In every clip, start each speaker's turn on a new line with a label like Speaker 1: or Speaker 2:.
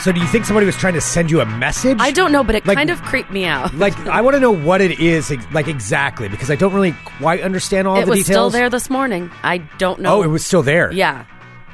Speaker 1: So do you think somebody was trying to send you a message?
Speaker 2: I don't know, but it
Speaker 1: Like-
Speaker 2: kind of creeped me out.
Speaker 1: Like I want to know what it is ex- like exactly because I don't really quite understand all
Speaker 2: It
Speaker 1: the
Speaker 2: was still
Speaker 1: details.
Speaker 2: there this morning. I don't know.
Speaker 1: Oh, it was still there.
Speaker 2: Yeah,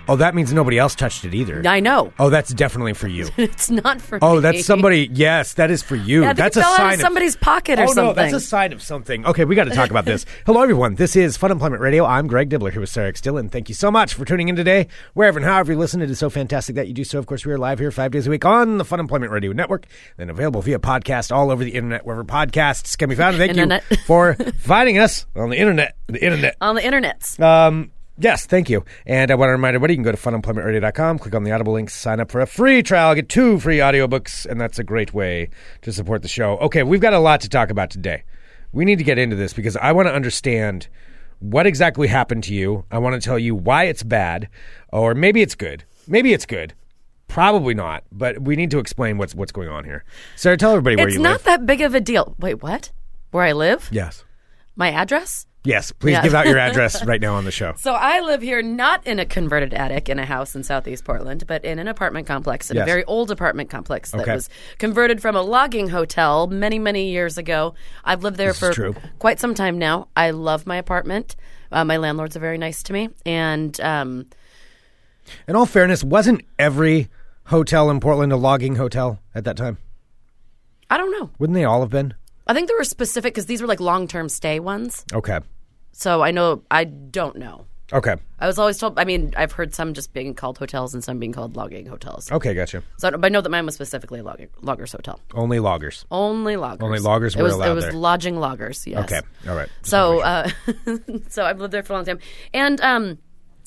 Speaker 1: Oh, that means nobody else touched it either.
Speaker 2: I know.
Speaker 1: Oh, that's definitely for you.
Speaker 2: It's not for me.
Speaker 1: Oh, that's somebody. Yes, that is for you.
Speaker 2: Yeah, I think
Speaker 1: that's
Speaker 2: it
Speaker 1: a
Speaker 2: fell out
Speaker 1: sign
Speaker 2: of somebody's pocket or
Speaker 1: oh, no, that's
Speaker 2: something.
Speaker 1: a sign of something. Okay, we got to talk about this. Hello, everyone. This is Fun Employment Radio. I'm Greg Dibbler here with Sarah X. Dillon. Thank you so much for tuning in today. Wherever and however you listen, it is so fantastic that you do so. Of course, we are live here five days a week on the Fun Employment Radio Network, then available via podcast all over the internet, wherever podcasts can be found. Thank
Speaker 2: Internet.
Speaker 1: you for finding us on the internet. The internet.
Speaker 2: on the internets.
Speaker 1: Um, yes, thank you. And I want to remind everybody you can go to funemploymentradio.com, click on the Audible link, sign up for a free trial, get two free audiobooks, and that's a great way to support the show. Okay, we've got a lot to talk about today. We need to get into this because I want to understand what exactly happened to you. I want to tell you why it's bad, or maybe it's good. Maybe it's good. Probably not, but we need to explain what's what's going on here. Sarah, tell everybody where
Speaker 2: it's
Speaker 1: you
Speaker 2: not
Speaker 1: live.
Speaker 2: that big of a deal. Wait, what? Where I live?
Speaker 1: yes.
Speaker 2: My address?
Speaker 1: Yes, please
Speaker 2: Yeah.
Speaker 1: give out your address right now on the show.
Speaker 2: So I live here not in a converted attic in a house in southeast Portland, but in an apartment complex, in
Speaker 1: Yes.
Speaker 2: a very old apartment complex that
Speaker 1: Okay.
Speaker 2: was converted from a logging hotel many, many years ago. I've lived there
Speaker 1: is
Speaker 2: for
Speaker 1: true.
Speaker 2: quite some time now. I love my apartment. Uh, my landlords are very nice to me. And um,
Speaker 1: In all fairness, wasn't every hotel in Portland a logging hotel at that time?
Speaker 2: I don't know.
Speaker 1: Wouldn't they all have been?
Speaker 2: I think there were specific, because these were like long term stay ones.
Speaker 1: Okay.
Speaker 2: So I know, I don't know.
Speaker 1: Okay.
Speaker 2: I was always told, I mean, I've heard some just being called hotels and some being called logging hotels.
Speaker 1: Okay, gotcha.
Speaker 2: So I, don't, but I know that mine was specifically a logger, loggers hotel.
Speaker 1: Only loggers.
Speaker 2: Only loggers.
Speaker 1: Only loggers
Speaker 2: it
Speaker 1: were
Speaker 2: was,
Speaker 1: allowed
Speaker 2: It was
Speaker 1: there.
Speaker 2: lodging loggers. Yes.
Speaker 1: Okay. All right.
Speaker 2: So, uh, so I've lived there for a long time, and um,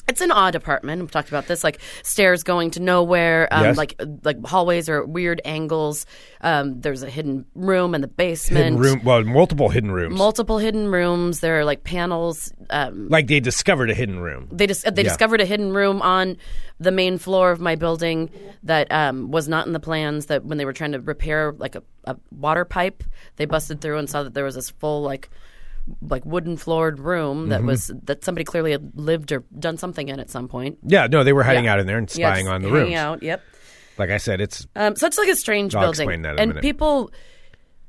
Speaker 2: it's an odd apartment. We've talked about this, like stairs going to nowhere, um,
Speaker 1: Yes.
Speaker 2: like like hallways are at weird angles. Um, there's a hidden room in the basement.
Speaker 1: hidden room, well, multiple hidden rooms.
Speaker 2: Multiple hidden rooms. There are like panels. Um,
Speaker 1: like they discovered a hidden room.
Speaker 2: they dis- they discovered a hidden room on the main floor of my building that um, was not in the plans. That when they were trying to repair like a, a water pipe, they busted through and saw that there was this full like like wooden floored room
Speaker 1: Mm-hmm.
Speaker 2: that was that somebody clearly had lived or done something in at some point.
Speaker 1: Yeah, no, they were hiding
Speaker 2: Yeah.
Speaker 1: out in there and
Speaker 2: Yeah,
Speaker 1: spying
Speaker 2: just
Speaker 1: on the
Speaker 2: hanging
Speaker 1: rooms.
Speaker 2: out. Yep.
Speaker 1: Like I said, it's
Speaker 2: Um, so it's like a strange
Speaker 1: I'll
Speaker 2: building,
Speaker 1: explain that in a
Speaker 2: and
Speaker 1: minute.
Speaker 2: people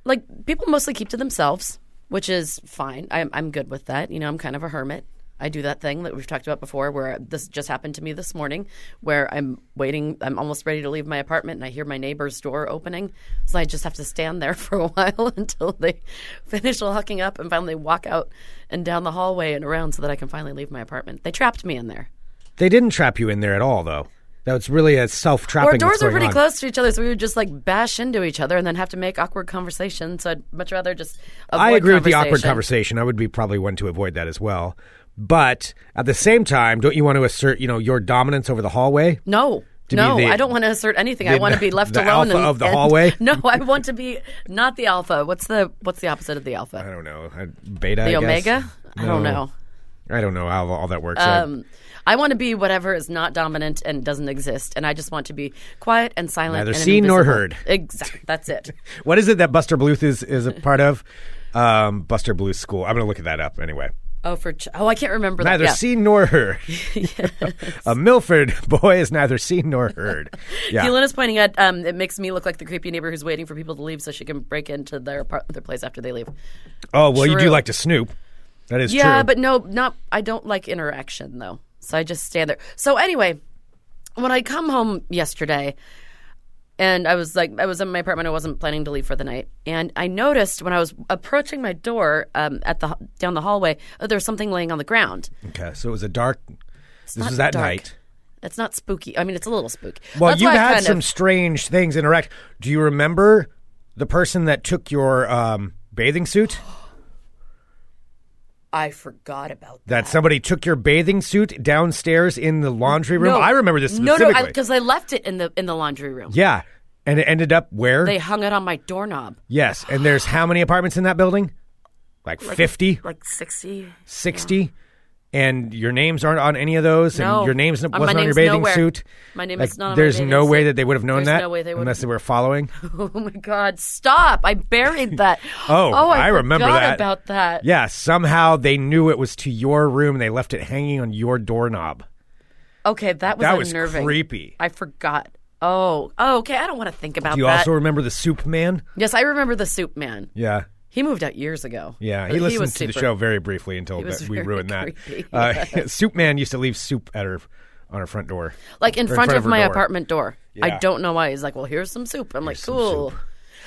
Speaker 2: like people mostly keep to themselves, which is fine. I'm I'm good with that. You know, I'm kind of a hermit. I do that thing that we've talked about before, where this just happened to me this morning, where I'm waiting, I'm almost ready to leave my apartment, and I hear my neighbor's door opening, so I just have to stand there for a while until they finish locking up and finally walk out and down the hallway and around, so that I can finally leave my apartment. They trapped me in there.
Speaker 1: they didn't trap you in there at all though. That was really a self trapping.
Speaker 2: Our doors were
Speaker 1: are
Speaker 2: pretty close to each other, so we would just like bash into each other and then have to make awkward conversation. So I'd much rather just. Avoid
Speaker 1: I agree with the awkward conversation. I would be probably one to avoid that as well. But at the same time, don't you want to assert, you know, your dominance over the hallway?
Speaker 2: No.
Speaker 1: To be
Speaker 2: no,
Speaker 1: the-
Speaker 2: I don't want to assert anything. I
Speaker 1: the-
Speaker 2: want to be left
Speaker 1: the
Speaker 2: alone.
Speaker 1: alpha
Speaker 2: and-
Speaker 1: of the
Speaker 2: and-
Speaker 1: hallway?
Speaker 2: No, I want to be not the alpha. What's the what's the opposite of the
Speaker 1: I
Speaker 2: alpha?
Speaker 1: don't know. I- Beta.
Speaker 2: The
Speaker 1: Uh, I guess?
Speaker 2: omega? I don't
Speaker 1: No. Uh,
Speaker 2: know.
Speaker 1: I don't know how all that works. I-
Speaker 2: Um, I want to be whatever is not dominant and doesn't exist, and I just want to be quiet and silent.
Speaker 1: Neither
Speaker 2: and
Speaker 1: seen nor
Speaker 2: invisible.
Speaker 1: heard.
Speaker 2: Exactly. That's it.
Speaker 1: what is it that Buster Bluth is is a part of? Um, Buster Bluth School. I'm going to look that up anyway.
Speaker 2: Oh, for ch- oh, I can't remember. that.
Speaker 1: Neither
Speaker 2: Yeah.
Speaker 1: seen nor heard. a Milford boy is neither seen nor heard. Yeah.
Speaker 2: Helena's pointing out um, it makes me look like the creepy neighbor who's waiting for people to leave so she can break into their apart- their place after they leave.
Speaker 1: oh well, you do
Speaker 2: True.
Speaker 1: like to snoop. That is
Speaker 2: Yeah,
Speaker 1: true.
Speaker 2: but no, not I don't like interaction though. So I just stand there. So anyway, when I come home yesterday and I was like I was in my apartment, I wasn't planning to leave for the night. And I noticed when I was approaching my door um, at the down the hallway, oh, there was something laying on the ground.
Speaker 1: okay, so it was a dark. This
Speaker 2: not
Speaker 1: was that
Speaker 2: dark.
Speaker 1: night.
Speaker 2: It's not spooky. I mean, it's a little spooky.
Speaker 1: Well,
Speaker 2: That's
Speaker 1: you've
Speaker 2: why I
Speaker 1: had
Speaker 2: kind
Speaker 1: some
Speaker 2: of-
Speaker 1: strange things interact. Do you remember the person that took your um, bathing suit?
Speaker 2: I forgot about
Speaker 1: That somebody took your bathing suit downstairs in the laundry room. I remember this
Speaker 2: No,
Speaker 1: specifically.
Speaker 2: no, because I, left it in the in the laundry room.
Speaker 1: yeah, and it ended up where
Speaker 2: They hung it on my doorknob.
Speaker 1: Yes, and there's how many apartments in that building? Like, 50,
Speaker 2: Like 60.
Speaker 1: 60. And your names aren't on any of those, and
Speaker 2: No.
Speaker 1: your name's n-
Speaker 2: Uh, my
Speaker 1: wasn't on your
Speaker 2: name's
Speaker 1: bathing
Speaker 2: nowhere.
Speaker 1: suit.
Speaker 2: My name
Speaker 1: Like,
Speaker 2: is not on my
Speaker 1: There's
Speaker 2: bathing
Speaker 1: no way
Speaker 2: suit.
Speaker 1: that they would have known
Speaker 2: There's
Speaker 1: that
Speaker 2: no way they would
Speaker 1: unless
Speaker 2: have-
Speaker 1: they were following.
Speaker 2: Oh my God, stop. I buried that.
Speaker 1: Oh,
Speaker 2: I,
Speaker 1: I remember
Speaker 2: forgot
Speaker 1: that.
Speaker 2: about that.
Speaker 1: yeah, somehow they knew it was to your room. They left it hanging on your doorknob.
Speaker 2: Okay, that was
Speaker 1: That was
Speaker 2: unnerving.
Speaker 1: creepy.
Speaker 2: I forgot Oh, oh, okay. I don't want to think about
Speaker 1: Do you
Speaker 2: that.
Speaker 1: also remember the Soup Man?
Speaker 2: yes, I remember the Soup Man.
Speaker 1: Yeah.
Speaker 2: He moved out years ago.
Speaker 1: Yeah,
Speaker 2: But
Speaker 1: he listened
Speaker 2: was
Speaker 1: to the
Speaker 2: super-
Speaker 1: show very briefly until
Speaker 2: was
Speaker 1: that we
Speaker 2: very
Speaker 1: ruined that.
Speaker 2: creepy.
Speaker 1: Uh, soup Man used to leave soup at her on her front door.
Speaker 2: like
Speaker 1: Or
Speaker 2: in
Speaker 1: in
Speaker 2: front,
Speaker 1: front
Speaker 2: of,
Speaker 1: of her
Speaker 2: my
Speaker 1: door.
Speaker 2: apartment door.
Speaker 1: Yeah.
Speaker 2: I don't know why. He's like, "Well, here's some soup." I'm like,
Speaker 1: some
Speaker 2: "Cool."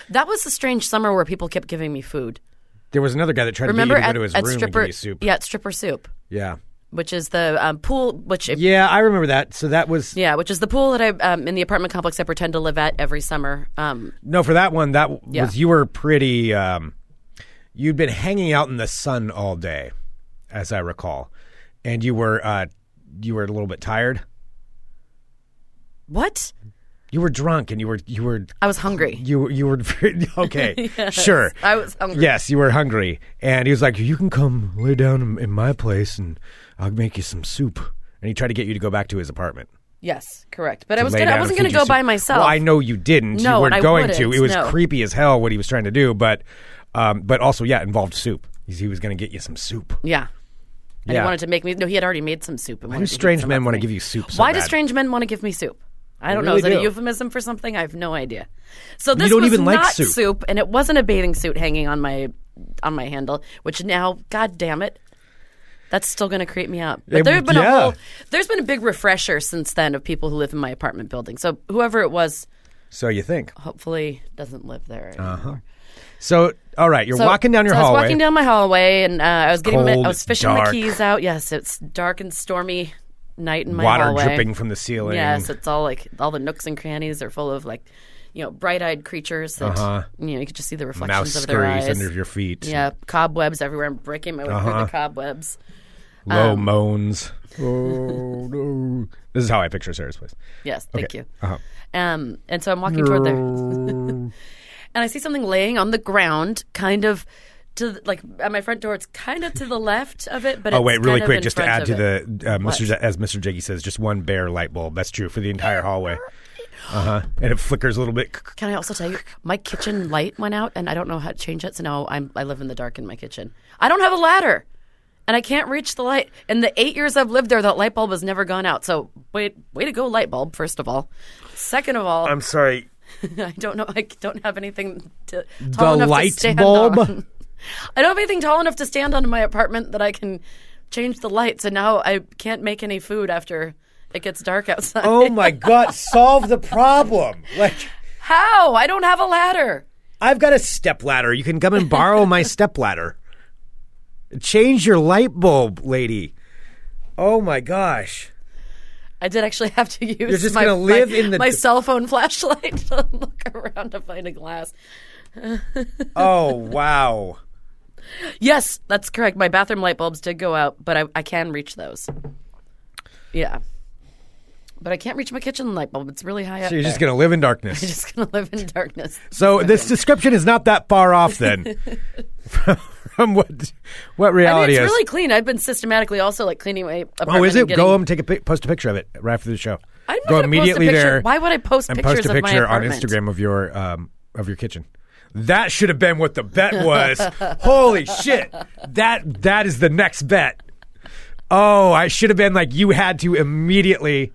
Speaker 2: That was a strange summer where people kept giving me food.
Speaker 1: There was another guy that tried
Speaker 2: Remember
Speaker 1: to get you to
Speaker 2: at,
Speaker 1: go to his
Speaker 2: at
Speaker 1: room
Speaker 2: stripper
Speaker 1: and give you soup.
Speaker 2: Yeah, at stripper soup,
Speaker 1: Yeah.
Speaker 2: which is the um, pool. Which if, yeah.
Speaker 1: Yeah, I remember that. So that was
Speaker 2: which is the pool that I um, in the apartment complex I pretend to live at every summer. Um,
Speaker 1: no for that one. That w-
Speaker 2: Yeah.
Speaker 1: was you were pretty. Um, you'd been hanging out in the sun all day, as I recall, and you were uh, you were a little bit tired.
Speaker 2: what?
Speaker 1: You were drunk, and you were you were
Speaker 2: I was hungry.
Speaker 1: you you were okay. Sure,
Speaker 2: I was hungry.
Speaker 1: Yes, you were hungry, and he was like, "You can come lay down in- in my place, and I'll make you some soup." And he tried to get you to go back to his apartment.
Speaker 2: Yes, correct. But I
Speaker 1: to
Speaker 2: was
Speaker 1: lay
Speaker 2: gonna,
Speaker 1: down
Speaker 2: I
Speaker 1: and
Speaker 2: wasn't
Speaker 1: feed
Speaker 2: going to
Speaker 1: you
Speaker 2: go
Speaker 1: soup.
Speaker 2: by myself.
Speaker 1: Well, I know you didn't.
Speaker 2: No,
Speaker 1: you
Speaker 2: and
Speaker 1: weren't
Speaker 2: I
Speaker 1: going to.
Speaker 2: wouldn't,
Speaker 1: It was
Speaker 2: no.
Speaker 1: creepy as hell what he was trying to do, but, um, but also, yeah, involved soup. He's- He was going to get you some soup.
Speaker 2: yeah. And
Speaker 1: Yeah.
Speaker 2: he wanted to make me. No, he had already made some soup. And
Speaker 1: Why do strange men want to give you soup? So
Speaker 2: Why
Speaker 1: bad?
Speaker 2: do strange men want to give me soup? I don't know.
Speaker 1: really
Speaker 2: Is it
Speaker 1: do.
Speaker 2: a euphemism for something? I have no idea. So this
Speaker 1: don't
Speaker 2: was
Speaker 1: even like
Speaker 2: not
Speaker 1: soup.
Speaker 2: and it wasn't a bathing suit hanging on my on my handle. Which now, god damn it, that's still going to creep me out. But
Speaker 1: It-
Speaker 2: there's been
Speaker 1: yeah.
Speaker 2: a whole, there's been a big refresher since then of people who live in my apartment building. So whoever it was,
Speaker 1: So you think?
Speaker 2: hopefully, doesn't live there. Anymore.
Speaker 1: Uh-huh. So all right, you're
Speaker 2: So-
Speaker 1: walking down your
Speaker 2: so
Speaker 1: hallway.
Speaker 2: I was walking down my hallway, and uh, I was getting my,
Speaker 1: cold,
Speaker 2: I was fishing
Speaker 1: dark.
Speaker 2: my keys out. Yes, it's dark and stormy night in my
Speaker 1: water
Speaker 2: hallway.
Speaker 1: dripping from the ceiling.
Speaker 2: Yes, it's all like all the nooks and crannies are full of like, you know, bright-eyed creatures that you know you could just see the reflections
Speaker 1: Uh-huh. mouse
Speaker 2: of their
Speaker 1: scurries
Speaker 2: eyes.
Speaker 1: under your feet. Uh-huh.
Speaker 2: yeah, cobwebs everywhere. I'm breaking my way through the cobwebs.
Speaker 1: Low
Speaker 2: um,
Speaker 1: moans. Oh no! This is how I picture Sarah's place.
Speaker 2: Yes, thank you.
Speaker 1: Uh-huh.
Speaker 2: Um, and so I'm walking toward there, and I see something laying on the ground, kind of to the, like at my front door. It's kind of to the left of it, but
Speaker 1: Oh
Speaker 2: it's
Speaker 1: wait, really
Speaker 2: kind of
Speaker 1: quick,
Speaker 2: in
Speaker 1: just to add
Speaker 2: front of
Speaker 1: to
Speaker 2: it.
Speaker 1: the uh, Mr. Z- as Mr. Jiggy says, just one bare light bulb. That's true for the entire hallway. Uh huh. And it flickers a little bit.
Speaker 2: Can I also tell you, my kitchen light went out, and I don't know how to change it. So now I'm I live in the dark in my kitchen. I don't have a ladder, and I can't reach the light. In the eight years I've lived there, that light bulb has never gone out. So wait, way to go, light bulb. First of all, second of all,
Speaker 1: I'm sorry.
Speaker 2: I don't know. I don't have anything to, tall
Speaker 1: The
Speaker 2: enough
Speaker 1: light
Speaker 2: to stand
Speaker 1: bulb?
Speaker 2: on. I don't have anything tall enough to stand on in my apartment that I can change the lights, and now I can't make any food after it gets dark outside.
Speaker 1: Oh my god! Solve the problem. Like
Speaker 2: How? I don't have a ladder.
Speaker 1: I've got a step ladder. You can come and borrow my step ladder. Change your light bulb, lady. Oh my gosh.
Speaker 2: I did actually have to use
Speaker 1: just
Speaker 2: my,
Speaker 1: gonna live
Speaker 2: my-
Speaker 1: in the-
Speaker 2: my cell phone flashlight to look around to find a glass.
Speaker 1: Oh wow.
Speaker 2: Yes, that's correct. My bathroom light bulbs did go out, but I, I can reach those. Yeah. But I can't reach my kitchen light bulb. It's really high up.
Speaker 1: So you're just
Speaker 2: there.
Speaker 1: gonna live in darkness.
Speaker 2: just gonna live in darkness.
Speaker 1: So this description is not that far off then from, from what what
Speaker 2: I mean,
Speaker 1: reality
Speaker 2: it's
Speaker 1: is.
Speaker 2: really clean. I've been systematically also like cleaning my apartment.
Speaker 1: oh, is
Speaker 2: and
Speaker 1: it?
Speaker 2: Getting,
Speaker 1: Go home, take a pic, post a picture of it right after the show.
Speaker 2: I'm not
Speaker 1: go
Speaker 2: gonna
Speaker 1: immediately
Speaker 2: post a picture.
Speaker 1: there
Speaker 2: Why would I post
Speaker 1: and
Speaker 2: pictures
Speaker 1: post a
Speaker 2: of my
Speaker 1: picture on
Speaker 2: apartment?
Speaker 1: Instagram of your um, of your kitchen. That should have been what the bet was. Holy shit! That that is the next bet. Oh, I should have been like you had to immediately.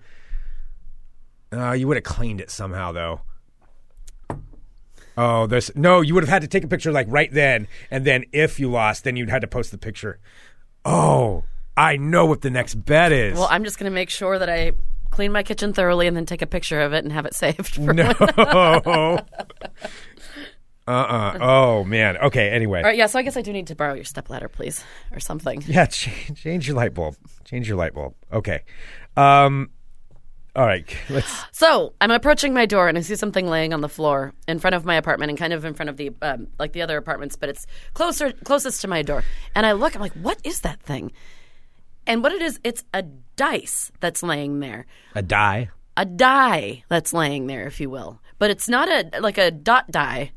Speaker 1: Uh, you would have cleaned it somehow though. Oh, this no, you would have had to take a picture like right then, and then if you lost, then you'd had to post the picture. Oh, I know what the next bet is.
Speaker 2: Well, I'm just gonna make sure that I clean my kitchen thoroughly and then take a picture of it and have it saved. For
Speaker 1: No. uh uh Oh, man. Okay, anyway.
Speaker 2: All right, yeah, so I guess I do need to borrow your stepladder, please, or something.
Speaker 1: Yeah, change, change your light bulb. Change your light bulb. Okay. Um, all right. Let's.
Speaker 2: So I'm approaching my door and I see something laying on the floor in front of my apartment and kind of in front of the um, like the other apartments, but it's closer closest to my door. And I look, I'm like, what is that thing? And what it is, it's a dice that's laying there,
Speaker 1: A die.
Speaker 2: a die that's laying there, if you will. But it's not a like a dot die.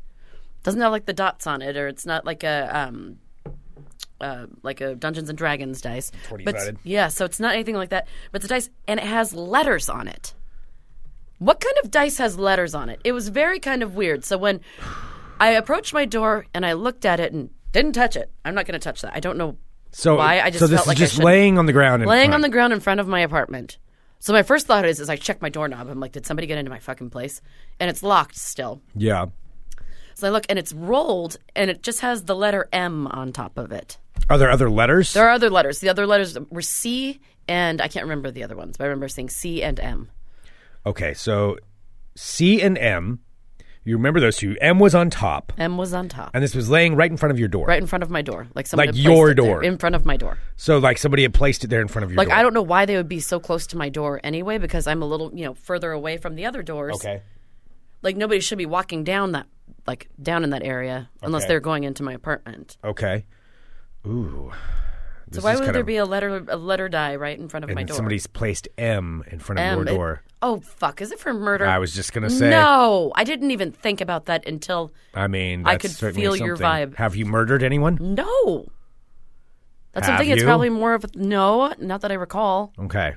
Speaker 2: Doesn't have like the dots on it, or it's not like a um, uh, like a Dungeons and Dragons dice. But
Speaker 1: sided.
Speaker 2: yeah, so it's not anything like that. But it's a dice, and it has letters on it. What kind of dice has letters on it? It was very kind of weird. So when I approached my door and I looked at it and didn't touch it, I'm not going to touch that. I don't know
Speaker 1: So,
Speaker 2: why. I just
Speaker 1: so this
Speaker 2: felt
Speaker 1: is
Speaker 2: like I
Speaker 1: just
Speaker 2: shouldn't
Speaker 1: laying on the ground. in
Speaker 2: laying on the
Speaker 1: front.
Speaker 2: ground in front of my apartment. So my first thought is, is I check my doorknob. I'm like, did somebody get into my fucking place? And it's locked still.
Speaker 1: Yeah.
Speaker 2: So I look, and it's rolled, and it just has the letter M on top of it.
Speaker 1: Are there other letters?
Speaker 2: There are other letters. The other letters were C and I can't remember the other ones, but I remember seeing C and M.
Speaker 1: Okay, so C and M. You remember those two. M was on top,
Speaker 2: M was on top,
Speaker 1: and this was laying right in front of your door.
Speaker 2: right in front of my door, like someone
Speaker 1: Like
Speaker 2: had
Speaker 1: your
Speaker 2: placed it there,
Speaker 1: door.
Speaker 2: in front of my door.
Speaker 1: So, like, somebody had placed it there in front of your
Speaker 2: Like
Speaker 1: door.
Speaker 2: I don't know why they would be so close to my door anyway, because I'm a little you know further away from the other doors.
Speaker 1: Okay.
Speaker 2: Like nobody should be walking down that like down in that area unless
Speaker 1: Okay.
Speaker 2: they're going into my apartment.
Speaker 1: Okay. Ooh.
Speaker 2: So why would there be a letter a letter die right in front of my
Speaker 1: And
Speaker 2: door?
Speaker 1: somebody's placed M in front of
Speaker 2: M,
Speaker 1: your
Speaker 2: it-
Speaker 1: door.
Speaker 2: oh fuck! Is it for murder?
Speaker 1: I was just gonna say.
Speaker 2: No, I didn't even think about that until
Speaker 1: I mean,
Speaker 2: I
Speaker 1: that's
Speaker 2: could
Speaker 1: certainly
Speaker 2: feel your
Speaker 1: something.
Speaker 2: vibe. Mm-hmm.
Speaker 1: Have you murdered anyone?
Speaker 2: no. That's
Speaker 1: Have
Speaker 2: something. It's
Speaker 1: you?
Speaker 2: probably more of a, no, not that I recall.
Speaker 1: Okay.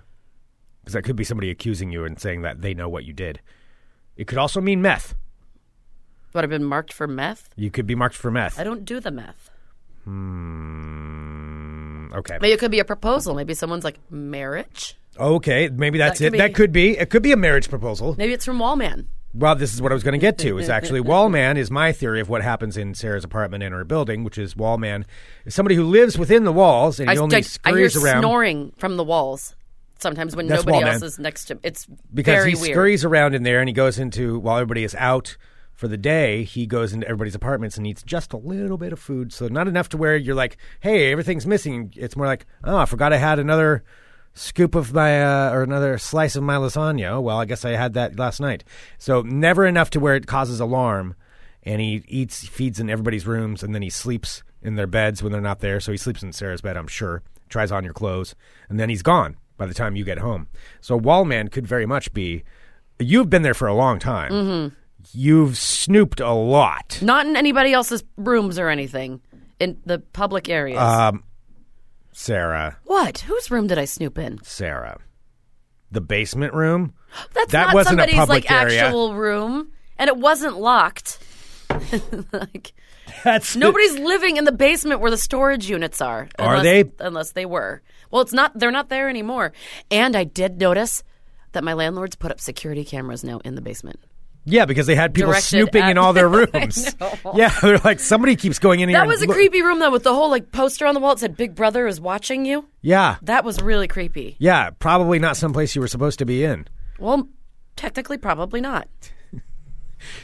Speaker 1: Because that could be somebody accusing you and saying that they know what you did. It could also mean meth.
Speaker 2: Would I've been marked for meth.
Speaker 1: You could be marked for meth.
Speaker 2: I don't do the meth.
Speaker 1: Mm, okay.
Speaker 2: Maybe it could be a proposal. Maybe someone's like marriage.
Speaker 1: Okay, maybe that's
Speaker 2: That
Speaker 1: it.
Speaker 2: could
Speaker 1: that
Speaker 2: be-
Speaker 1: could be. It could be a marriage proposal.
Speaker 2: Maybe it's from Wallman.
Speaker 1: Well, this is what I was going to get to. Is actually Wallman is my theory of what happens in Sarah's apartment and her building, which is Wallman is somebody who lives within the walls and
Speaker 2: I,
Speaker 1: he only
Speaker 2: I- I hear
Speaker 1: scurries around
Speaker 2: snoring from the walls sometimes when
Speaker 1: That's
Speaker 2: nobody
Speaker 1: Wallman.
Speaker 2: else is next to. It's
Speaker 1: because
Speaker 2: very
Speaker 1: he
Speaker 2: weird.
Speaker 1: scurries around in there and he goes into while everybody is out for the day. He goes into everybody's apartments and eats just a little bit of food, so not enough to where you're like, "Hey, everything's missing." It's more like, "Oh, I forgot I had another." Scoop of my uh, or another slice of my lasagna. Oh, Well, I guess I had that last night. So never enough to where it causes alarm. And he eats, feeds in everybody's rooms, and then he sleeps in their beds when they're not there. So he sleeps in Sarah's bed, I'm sure. Tries on your clothes, and then he's gone by the time you get home. So Wallman could very much be. You've been there for a long time.
Speaker 2: Mm-hmm.
Speaker 1: You've snooped a lot.
Speaker 2: Not in anybody else's rooms or anything in the public areas.
Speaker 1: Sarah,
Speaker 2: what? Whose room did I snoop in?
Speaker 1: Sarah. The basement room?
Speaker 2: That's
Speaker 1: That
Speaker 2: not
Speaker 1: wasn't a
Speaker 2: somebody's
Speaker 1: public
Speaker 2: like
Speaker 1: area.
Speaker 2: actual room, and it wasn't locked. like
Speaker 1: That's
Speaker 2: nobody's living in the basement where the storage units are.
Speaker 1: Are
Speaker 2: unless-
Speaker 1: they?
Speaker 2: Unless they were. Well, it's not. They're not there anymore. And I did notice that my landlords put up security cameras now in the basement.
Speaker 1: Yeah, because they had people
Speaker 2: Directed
Speaker 1: snooping
Speaker 2: at-
Speaker 1: in all their rooms. yeah, they're like somebody keeps going in here.
Speaker 2: That
Speaker 1: and
Speaker 2: was a
Speaker 1: look-
Speaker 2: creepy room though, with the whole like poster on the wall. It said "Big Brother is watching you."
Speaker 1: Yeah,
Speaker 2: That was really creepy.
Speaker 1: yeah, probably not someplace you were supposed to be in.
Speaker 2: Well, technically, probably not.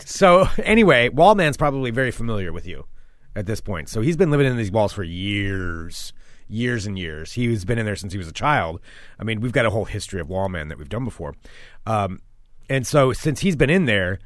Speaker 1: So anyway, Wallman's probably very familiar with you at this point. So he's been living in these walls for years, years and years. He's been in there since he was a child. I mean, we've got a whole history of Wallman that we've done before, um, and so since he's been in there.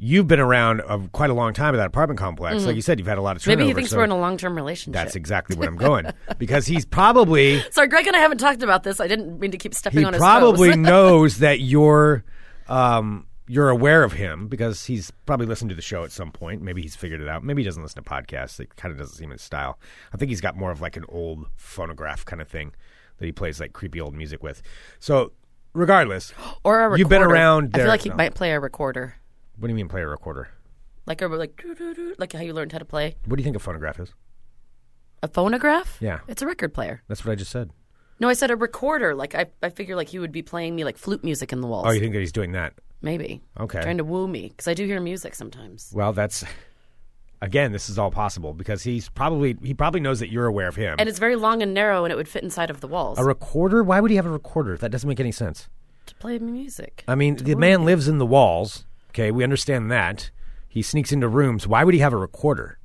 Speaker 1: You've been around uh, quite a long time at that apartment complex. Like you said, you've had a lot of turnover.
Speaker 2: Mm-hmm. Maybe he thinks
Speaker 1: so
Speaker 2: we're in a long-term relationship.
Speaker 1: that's exactly where I'm going because he's probably
Speaker 2: Sorry, Greg and I haven't talked about this. I didn't mean to keep stepping
Speaker 1: he
Speaker 2: on his
Speaker 1: probably
Speaker 2: toes.
Speaker 1: knows that you're um, you're aware of him because he's probably listened to the show at some point. Maybe he's figured it out. Maybe he doesn't listen to podcasts. It kind of doesn't seem his style. I think he's got more of like an old phonograph kind of thing that he plays like creepy old music with. So, regardless,
Speaker 2: or a recorder.
Speaker 1: You've been around
Speaker 2: I
Speaker 1: there-
Speaker 2: feel like he
Speaker 1: no.
Speaker 2: might play a recorder,
Speaker 1: what do you mean play a recorder?
Speaker 2: like a like doo-doo-doo, like how you learned how to play
Speaker 1: What do you think a phonograph is?
Speaker 2: a phonograph.
Speaker 1: Yeah.
Speaker 2: it's a record player.
Speaker 1: That's what I just said.
Speaker 2: No, I said a recorder. Like I, I figure like he would be playing me like flute music in the walls.
Speaker 1: Oh, you think that he's doing that?
Speaker 2: Maybe.
Speaker 1: Okay.
Speaker 2: Trying to woo me because I do hear music sometimes.
Speaker 1: Well, that's again, this is all possible because he's probably he probably knows that you're aware of him.
Speaker 2: And it's very long and narrow, and it would fit inside of the walls
Speaker 1: a recorder? Why would he have a recorder? That doesn't make any sense.
Speaker 2: to play music.
Speaker 1: I mean, the man lives in the walls. Okay, we understand that. He sneaks into rooms. Why would he have a recorder?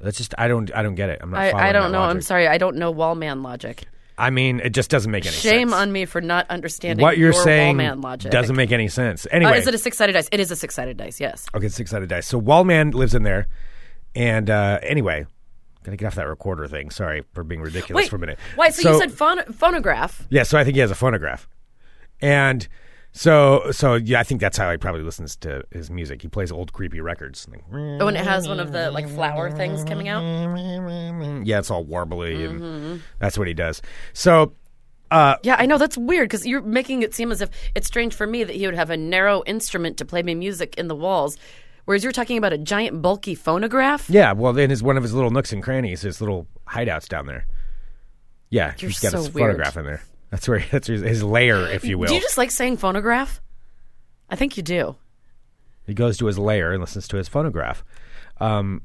Speaker 1: That's just I don't I don't get it. I'm not.
Speaker 2: I,
Speaker 1: following
Speaker 2: I
Speaker 1: that
Speaker 2: don't know. I'm
Speaker 1: logic.
Speaker 2: sorry. I don't know wallman logic.
Speaker 1: I mean, it just doesn't make any
Speaker 2: Shame
Speaker 1: sense.
Speaker 2: on me for not understanding
Speaker 1: what you're
Speaker 2: your
Speaker 1: saying.
Speaker 2: wallman logic.
Speaker 1: Doesn't make any sense.
Speaker 2: Uh,
Speaker 1: Anyway,
Speaker 2: is it a six-sided dice? It is a six-sided dice. Yes.
Speaker 1: okay, six sided dice. So Wallman lives in there, and uh, anyway, gotta get off that recorder thing. Sorry for being ridiculous
Speaker 2: Wait.
Speaker 1: for a minute.
Speaker 2: Why? So, you said phon- phonograph.
Speaker 1: Yeah, so I think he has a phonograph, and so so yeah, I think that's how he probably listens to his music. He plays old creepy records. Like,
Speaker 2: Oh, and it has one of the like flower things coming out.
Speaker 1: Yeah, it's all warbly,
Speaker 2: Mm-hmm.
Speaker 1: and that's what he does. So, uh,
Speaker 2: Yeah, I know that's weird because you're making it seem as if it's strange for me that he would have a narrow instrument to play me music in the walls, whereas you're talking about a giant bulky phonograph.
Speaker 1: yeah, well, in his one of his little nooks and crannies, his little hideouts down there. Yeah, he's got
Speaker 2: so
Speaker 1: his
Speaker 2: weird.
Speaker 1: photograph in there. That's where that's his, his lair, if you will.
Speaker 2: Do you just like saying phonograph? I think you do.
Speaker 1: he goes to his lair and listens to his phonograph. Um,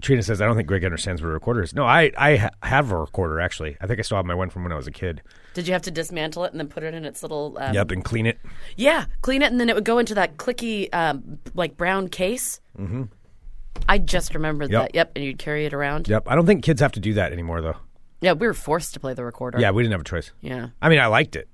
Speaker 1: Trina says, "I don't think Greg understands what a recorder is." No, I I ha- have a recorder actually. I think I still have my one from when I was a kid.
Speaker 2: Did you have to dismantle it and then put it in its little? Um,
Speaker 1: Yep, and clean it.
Speaker 2: Yeah, clean it, and then it would go into that clicky, um, like brown case. Mm-hmm. I just remembered
Speaker 1: Yep.
Speaker 2: that. Yep, and you'd carry it around.
Speaker 1: Yep. I don't think kids have to do that anymore though.
Speaker 2: Yeah, we were forced to play the recorder.
Speaker 1: Yeah, we didn't have a choice.
Speaker 2: Yeah.
Speaker 1: I mean, I liked it.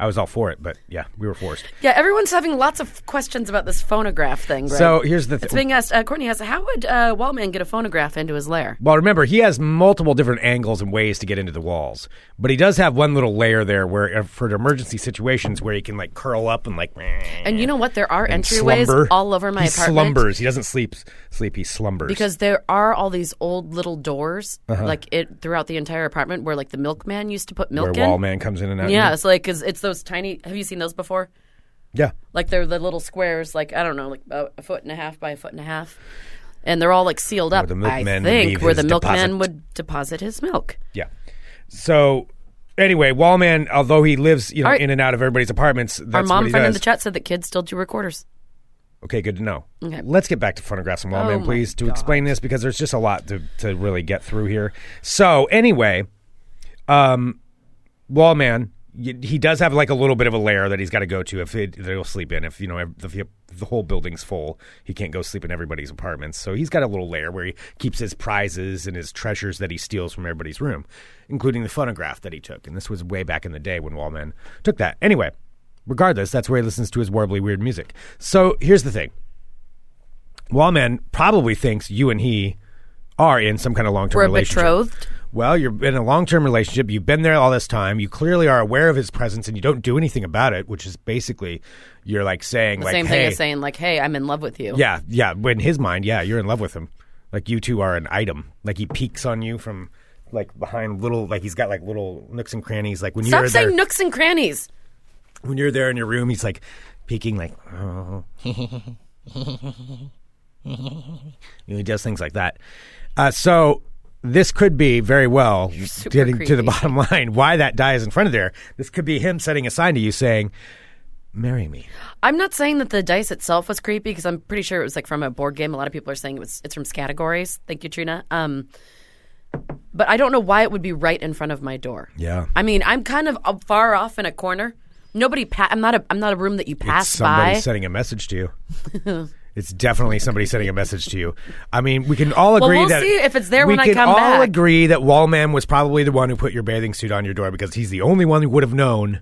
Speaker 1: I was all for it, but yeah, we were forced.
Speaker 2: Yeah, everyone's having lots of questions about this phonograph thing, Greg.
Speaker 1: So here's the thing.
Speaker 2: it's being asked. Uh, Courtney has, how would uh, Wallman get a phonograph into his lair?
Speaker 1: Well, remember, he has multiple different angles and ways to get into the walls, but he does have one little layer there where, uh, for emergency situations, where he can like curl up and like
Speaker 2: And you know what? There are
Speaker 1: and
Speaker 2: entryways
Speaker 1: slumber.
Speaker 2: all over my
Speaker 1: he
Speaker 2: apartment.
Speaker 1: Slumbers. He doesn't sleep. Sleep. He slumbers.
Speaker 2: Because there are all these old little doors,
Speaker 1: Uh-huh.
Speaker 2: like it throughout the entire apartment, where like the milkman used to put
Speaker 1: where
Speaker 2: milk in.
Speaker 1: Wallman comes in and out.
Speaker 2: Yeah, it's like 'cause it's those tiny. Have you seen those before?
Speaker 1: Yeah.
Speaker 2: Like they're the little squares, like I don't know, like about a foot and a half by a foot and a half, and they're all like sealed up.
Speaker 1: the
Speaker 2: I
Speaker 1: milkman would
Speaker 2: think
Speaker 1: leave
Speaker 2: where the
Speaker 1: his
Speaker 2: milkman
Speaker 1: deposit.
Speaker 2: would deposit his milk.
Speaker 1: Yeah. So anyway, Wallman, although he lives you know
Speaker 2: All right.
Speaker 1: in and out of everybody's apartments, that's
Speaker 2: Our
Speaker 1: what
Speaker 2: mom
Speaker 1: he
Speaker 2: friend in
Speaker 1: does.
Speaker 2: the chat said that kids still do recorders.
Speaker 1: Okay, good to know.
Speaker 2: Okay. Oh
Speaker 1: Let's get back to phonographs and Wallman,
Speaker 2: my
Speaker 1: please, to explain this because there's just a lot to, to really get through here. So, anyway, um, Wallman, y- he does have like a little bit of a lair that he's got to go to if it, they'll sleep in. If, you know, if the, if the whole building's full, he can't go sleep in everybody's apartments. So, he's got a little lair where he keeps his prizes and his treasures that he steals from everybody's room, including the phonograph that he took. And this was way back in the day when Wallman took that. Anyway, regardless, that's where he listens to his warbly weird music. So, here's the thing. Wallman probably thinks you and he are in some kind of long term
Speaker 2: We're
Speaker 1: relationship.
Speaker 2: betrothed.
Speaker 1: Well, you're in a long term relationship. You've been there all this time. You clearly are aware of his presence and you don't do anything about it, which is basically you're like saying, like,
Speaker 2: Same
Speaker 1: hey,
Speaker 2: thing as saying like, "Hey, I'm in love with you."
Speaker 1: yeah, yeah. In his mind, yeah, you're in love with him. Like you two are an item. Like he peeks on you from like behind little, like he's got like little nooks and crannies. Like when
Speaker 2: Stop
Speaker 1: you're
Speaker 2: saying
Speaker 1: there,
Speaker 2: nooks and crannies.
Speaker 1: when you're there in your room, he's like peeking, like, oh. You know, he does things like that. Uh, so this could be very well
Speaker 2: super
Speaker 1: getting to the
Speaker 2: creepy.
Speaker 1: bottom line why that die is in front of there. This could be him setting a sign to you saying, "Marry me."
Speaker 2: I'm not saying that the dice itself was creepy because I'm pretty sure it was like from a board game. A lot of people are saying it was it's from categories. Thank you, Trina. Um, but I don't know why it would be right in front of my door.
Speaker 1: Yeah.
Speaker 2: I mean, I'm kind of uh, far off in a corner. Nobody. Pa- I'm not a. I'm not a room that you pass
Speaker 1: it's somebody
Speaker 2: by.
Speaker 1: sending a message to you. it's definitely somebody sending a message to you. I mean, we can all agree
Speaker 2: we'll
Speaker 1: that
Speaker 2: see if it's there
Speaker 1: we
Speaker 2: when I
Speaker 1: can
Speaker 2: come
Speaker 1: all
Speaker 2: back.
Speaker 1: agree that Wallman was probably the one who put your bathing suit on your door because he's the only one who would have known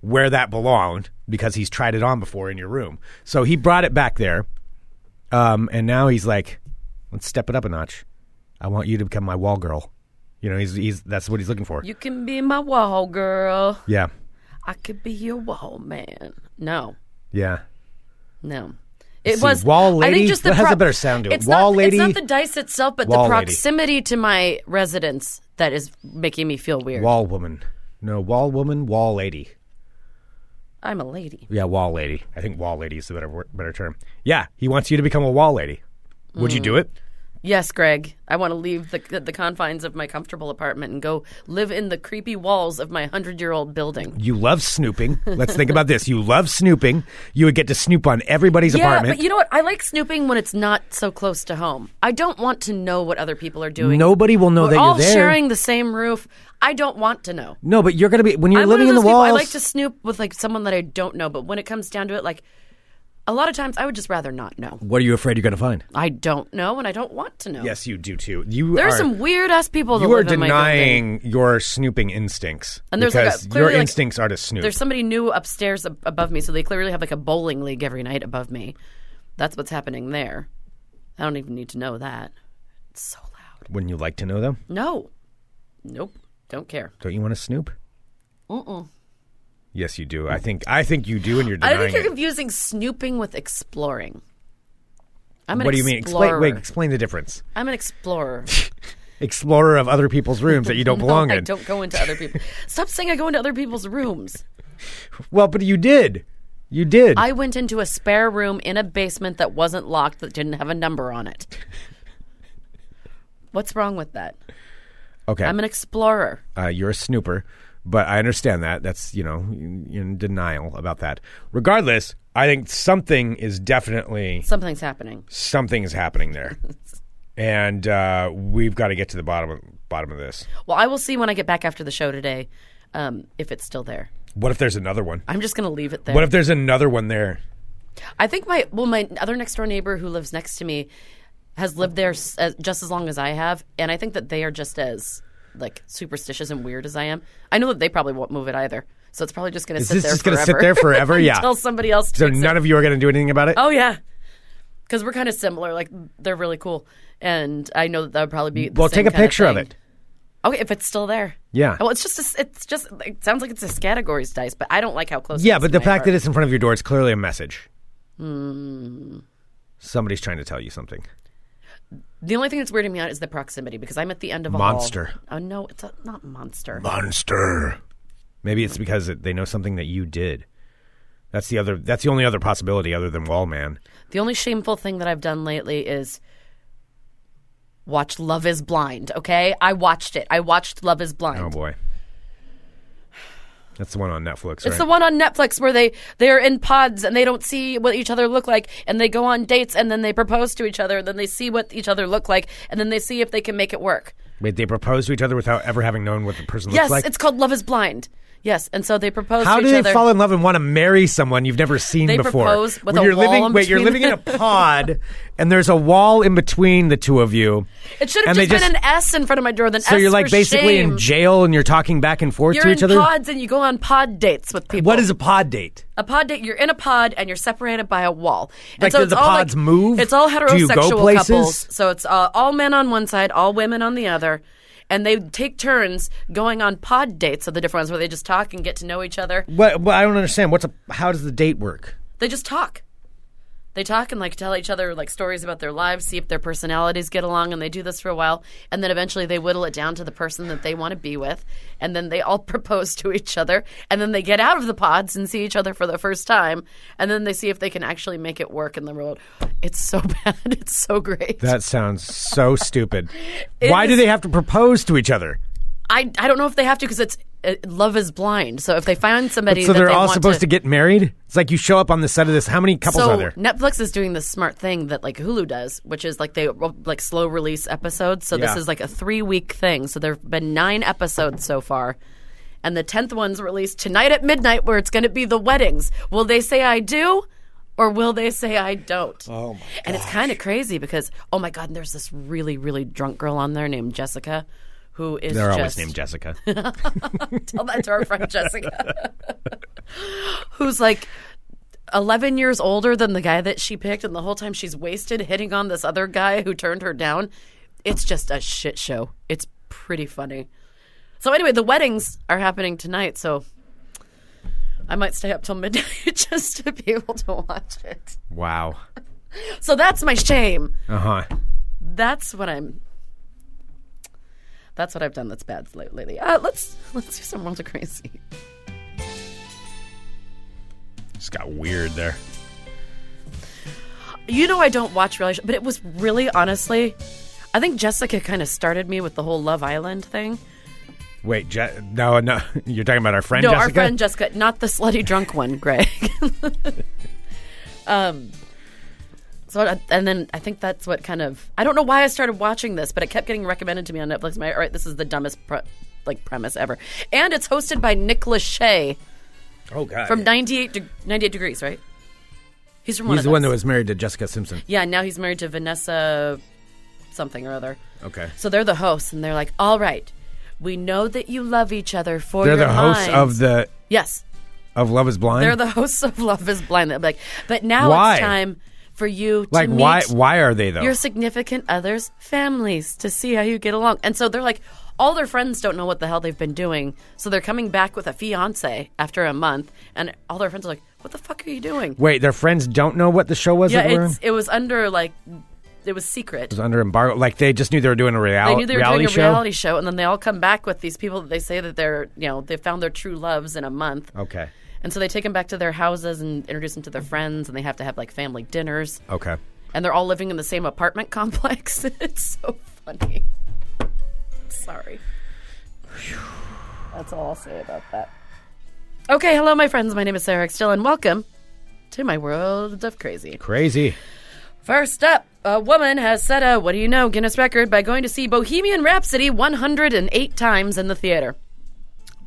Speaker 1: where that belonged because he's tried it on before in your room. So he brought it back there, um, and now he's like, "Let's step it up a notch. I want you to become my wall girl." You know, he's, he's that's what he's looking for.
Speaker 2: you can be my wall girl.
Speaker 1: yeah,
Speaker 2: I could be your wall man. No,
Speaker 1: yeah.
Speaker 2: no. It
Speaker 1: see,
Speaker 2: was
Speaker 1: wall
Speaker 2: I
Speaker 1: lady?
Speaker 2: think just the
Speaker 1: That has
Speaker 2: pro-
Speaker 1: a better sound to it.
Speaker 2: It's
Speaker 1: Wall
Speaker 2: not,
Speaker 1: lady,
Speaker 2: It's not the dice itself, but
Speaker 1: wall
Speaker 2: the
Speaker 1: lady.
Speaker 2: proximity to my residence that is making me feel weird.
Speaker 1: Wall woman. No, wall woman, wall lady.
Speaker 2: I'm a lady.
Speaker 1: Yeah, wall lady. I think wall lady is the better wor- better term. Yeah, he wants you to become a wall lady. Would you do it?
Speaker 2: Yes, Greg. I want to leave the the confines of my comfortable apartment and go live in the creepy walls of my hundred year old building.
Speaker 1: You love snooping. Let's think about this. You love snooping. You would get to snoop on everybody's
Speaker 2: Yeah,
Speaker 1: apartment.
Speaker 2: but you know what? I like snooping when it's not so close to home. I don't want to know what other people are doing.
Speaker 1: Nobody will know
Speaker 2: We're
Speaker 1: that
Speaker 2: all
Speaker 1: you're there.
Speaker 2: sharing the same roof. I don't want to know.
Speaker 1: no, but you're gonna be when you're
Speaker 2: I'm
Speaker 1: living
Speaker 2: one
Speaker 1: in
Speaker 2: of
Speaker 1: the
Speaker 2: those people.
Speaker 1: walls.
Speaker 2: I like to snoop with like someone that I don't know, but when it comes down to it, like a lot of times, I would just rather not know.
Speaker 1: what are you afraid you're gonna find?
Speaker 2: I don't know, and I don't want to know.
Speaker 1: Yes, you do too. You
Speaker 2: There are
Speaker 1: are
Speaker 2: some weird ass people that
Speaker 1: you are
Speaker 2: live in my building.
Speaker 1: denying your snooping instincts
Speaker 2: And there's like a-
Speaker 1: because your
Speaker 2: clearly like-
Speaker 1: instincts are to snoop.
Speaker 2: There's somebody new upstairs ab- above me, so they clearly have like a bowling league every night above me. That's what's happening there. I don't even need to know that. It's so loud.
Speaker 1: Wouldn't you like to know them?
Speaker 2: No. Nope. Don't care.
Speaker 1: Don't you want to snoop? Yes, you do. I think I think you do, and you're
Speaker 2: I
Speaker 1: denying
Speaker 2: think you're
Speaker 1: it.
Speaker 2: confusing snooping with exploring. I'm an
Speaker 1: What do you mean?
Speaker 2: explorer.
Speaker 1: Explain, wait, explain the difference.
Speaker 2: I'm an explorer.
Speaker 1: Explorer of other people's rooms that you don't belong
Speaker 2: I
Speaker 1: in.
Speaker 2: don't go into other people. Stop saying I go into other people's rooms.
Speaker 1: Well, but you did. You did.
Speaker 2: I went into a spare room in a basement that wasn't locked that didn't have a number on it. What's wrong with that?
Speaker 1: okay.
Speaker 2: I'm an explorer.
Speaker 1: uh, you're a snooper. But I understand that. That's, you know, in, in denial about that. Regardless, I think something is definitely
Speaker 2: Something's happening.
Speaker 1: something is happening there. and uh, we've got to get to the bottom of, bottom of this.
Speaker 2: Well, I will see when I get back after the show today um, if it's still there.
Speaker 1: What if there's another one?
Speaker 2: I'm just going to leave it there.
Speaker 1: What if there's another one there?
Speaker 2: I think my well, my other next door neighbor who lives next to me has lived there s- as, just as long as I have, and I think that they are just as like superstitious and weird as I am. I know that they probably won't move it either, so it's probably just going to sit
Speaker 1: this
Speaker 2: there
Speaker 1: just
Speaker 2: forever.
Speaker 1: gonna sit there forever? Yeah.
Speaker 2: until somebody else.
Speaker 1: So
Speaker 2: takes it.
Speaker 1: none of you are going to do anything about it?
Speaker 2: Oh yeah, because we're kind of similar. Like they're really cool, and I know that that would probably be. The
Speaker 1: well,
Speaker 2: same
Speaker 1: take a
Speaker 2: kind
Speaker 1: picture of
Speaker 2: thing.
Speaker 1: it.
Speaker 2: Okay, if it's still there.
Speaker 1: Yeah.
Speaker 2: Well, it's just a s it's just it sounds like it's a categories dice, but I don't like how close.
Speaker 1: Yeah, but the fact that it's in front of your door is clearly a message.
Speaker 2: Hmm.
Speaker 1: Somebody's trying to tell you something.
Speaker 2: The only thing that's weirding me out is the proximity because I'm at the end of a
Speaker 1: Monster.
Speaker 2: Hall. Oh no, it's a, not monster.
Speaker 1: Monster. Maybe it's because it, they know something that you did. That's the other. That's the only other possibility other than Wallman.
Speaker 2: the only shameful thing that I've done lately is watch Love Is Blind. Okay, I watched it. I watched Love Is Blind.
Speaker 1: Oh boy, that's the one on Netflix,
Speaker 2: It's
Speaker 1: right?
Speaker 2: the one on Netflix where they they're in pods and they don't see what each other look like, and they go on dates and then they propose to each other, and then they see what each other look like, and then they see if they can make it work.
Speaker 1: Wait, they propose to each other without ever having known what the person looks
Speaker 2: Yes,
Speaker 1: like.
Speaker 2: it's called Love Is Blind. Yes, and so they propose
Speaker 1: How
Speaker 2: to
Speaker 1: do
Speaker 2: each
Speaker 1: they
Speaker 2: other.
Speaker 1: fall in love and want to marry someone you've never seen
Speaker 2: They
Speaker 1: before?
Speaker 2: propose with
Speaker 1: When
Speaker 2: a
Speaker 1: you're
Speaker 2: wall
Speaker 1: living,
Speaker 2: in
Speaker 1: wait, you're
Speaker 2: between
Speaker 1: living in a
Speaker 2: them.
Speaker 1: pod, and there's a wall in between the two of you.
Speaker 2: it should have
Speaker 1: and they
Speaker 2: just, been an S in front of my door. Then
Speaker 1: So
Speaker 2: S
Speaker 1: you're like
Speaker 2: for
Speaker 1: basically
Speaker 2: shame.
Speaker 1: in jail, and you're talking back and forth
Speaker 2: You're
Speaker 1: to
Speaker 2: in
Speaker 1: each other.
Speaker 2: pods and you go on pod dates with people.
Speaker 1: What is a pod date?
Speaker 2: a pod date? You're in a pod and you're separated by a wall. And
Speaker 1: Like,
Speaker 2: so
Speaker 1: do
Speaker 2: it's
Speaker 1: the
Speaker 2: all
Speaker 1: pods
Speaker 2: like,
Speaker 1: move?
Speaker 2: It's all
Speaker 1: Do you go
Speaker 2: heterosexual
Speaker 1: places?
Speaker 2: couples. So it's uh, all men on one side, all women on the other. And they take turns going on pod dates of the different ones where they just talk and get to know each other.
Speaker 1: What, what I don't understand. What's a? How does the date work?
Speaker 2: They just talk. They talk and like tell each other like stories about their lives, see if their personalities get along, and they do this for a while, and then eventually they whittle it down to the person that they want to be with, and then they all propose to each other, and then they get out of the pods and see each other for the first time, and then they see if they can actually make it work in the world. It's so bad. It's so great.
Speaker 1: That sounds so stupid.
Speaker 2: It
Speaker 1: Why do
Speaker 2: is-
Speaker 1: they have to propose to each other?
Speaker 2: I I don't know if they have to because it's uh, love is blind. So if they find somebody,
Speaker 1: So
Speaker 2: that
Speaker 1: they're
Speaker 2: they
Speaker 1: all
Speaker 2: want
Speaker 1: supposed to...
Speaker 2: to
Speaker 1: get married? It's like you show up on the set of this. How many couples
Speaker 2: so
Speaker 1: are there?
Speaker 2: Netflix is doing this smart thing that like Hulu does, which is like they like slow release episodes. So
Speaker 1: Yeah.
Speaker 2: this is like a three week thing. So there've been nine episodes so far. And the tenth one's released tonight at midnight, where it's going to be the weddings. Will they say I do, or will they say I don't? Oh my! And it's kind of crazy because oh my god, and there's this really really drunk girl on there named Jessica, who is
Speaker 1: They're always
Speaker 2: just-
Speaker 1: named Jessica.
Speaker 2: Tell that to our friend Jessica, who's like 11 years older than the guy that she picked, and the whole time she's wasted hitting on this other guy who turned her down. It's just a shit show. It's pretty funny. So, anyway, the weddings are happening tonight, so I might stay up till midnight just to be able to watch it.
Speaker 1: wow.
Speaker 2: So, that's my shame.
Speaker 1: Uh huh.
Speaker 2: That's what I'm. That's what I've done. That's bad late- lately. Uh, let's let's do some world of crazy.
Speaker 1: It's got weird there.
Speaker 2: You know I don't watch reality, but it was really honestly. I think Jessica kind of started me with the whole Love Island thing.
Speaker 1: Wait, Je- no, no. You're talking about our friend
Speaker 2: No,
Speaker 1: Jessica?
Speaker 2: our friend Jessica, not the slutty drunk one, Greg. um, so I- and then I think that's what kind of I don't know why I started watching this, but it kept getting recommended to me on Netflix. My all right, this is the dumbest pre- like premise ever, and it's hosted by Nick Lachey
Speaker 1: oh, God.
Speaker 2: from 98, de- 98 degrees, right? He's from one
Speaker 1: He's
Speaker 2: of
Speaker 1: the one that
Speaker 2: those.
Speaker 1: was married to Jessica Simpson.
Speaker 2: yeah. Now he's married to Vanessa, something or other.
Speaker 1: Okay.
Speaker 2: So they're the hosts, and they're like, "All right, we know that you love each other for
Speaker 1: They're
Speaker 2: your
Speaker 1: the hosts
Speaker 2: minds."
Speaker 1: of the
Speaker 2: yes,
Speaker 1: of Love Is Blind.
Speaker 2: they're the hosts of Love Is Blind. They're like, but now
Speaker 1: Why?
Speaker 2: it's time for you to
Speaker 1: like
Speaker 2: meet
Speaker 1: why why are they though?
Speaker 2: your significant other's families to see how you get along. And so they're like, all their friends don't know what the hell they've been doing, so they're coming back with a fiance after a month, and all their friends are like, "What the fuck are you doing?"
Speaker 1: Wait, their friends don't know what the show was.
Speaker 2: yeah,
Speaker 1: that we're in?
Speaker 2: it's, it was under like, it was secret.
Speaker 1: It was under embargo. Like they just knew they were doing a real-
Speaker 2: They knew they were
Speaker 1: reality
Speaker 2: doing a
Speaker 1: show.
Speaker 2: reality show, and then they all come back with these people that they say that they're, you know, they found their true loves in a month.
Speaker 1: Okay.
Speaker 2: And so they take them back to their houses and introduce them to their friends, and they have to have like family dinners,
Speaker 1: Okay.
Speaker 2: and they're all living in the same apartment complex. it's so funny. Sorry. That's all I'll say about that. Okay, hello, my friends. My name is Sarah Still, and welcome to my world of crazy.
Speaker 1: Crazy.
Speaker 2: First up, a woman has set a what do you know Guinness record by going to see Bohemian Rhapsody 108 times in the theater.